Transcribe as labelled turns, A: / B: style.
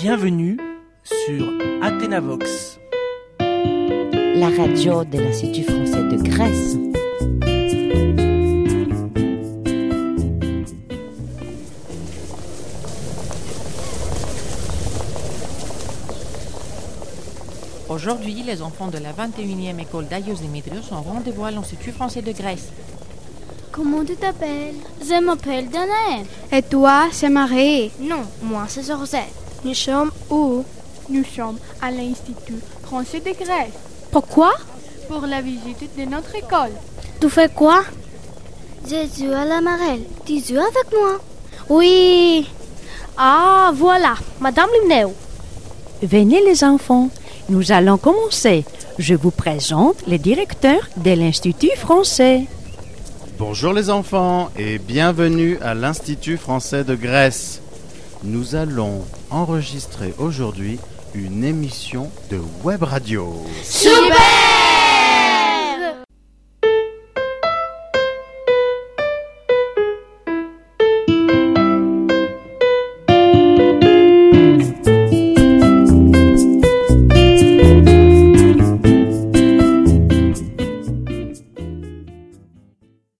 A: Bienvenue sur Athénavox.
B: la radio de l'Institut français de Grèce.
C: Aujourd'hui, les enfants de la 21e école d'Agios Dimitrios ont rendez-vous à l'Institut français de Grèce.
D: Comment tu t'appelles
E: Je m'appelle Danaël.
D: Et toi, c'est Marie.
E: Non, moi c'est Josette.
D: Nous sommes où
F: Nous sommes à l'Institut français de Grèce
D: Pourquoi
F: pour la visite de notre école.
D: Tu fais quoi
E: Je joue à la marelle. Tu joues avec moi
D: Oui. Ah, voilà, Madame Limneu.
G: Venez les enfants, nous allons commencer. Je vous présente le directeur de l'Institut français.
H: Bonjour les enfants et bienvenue à l'Institut français de Grèce. Nous allons enregistrer aujourd'hui une émission de web radio.
D: Super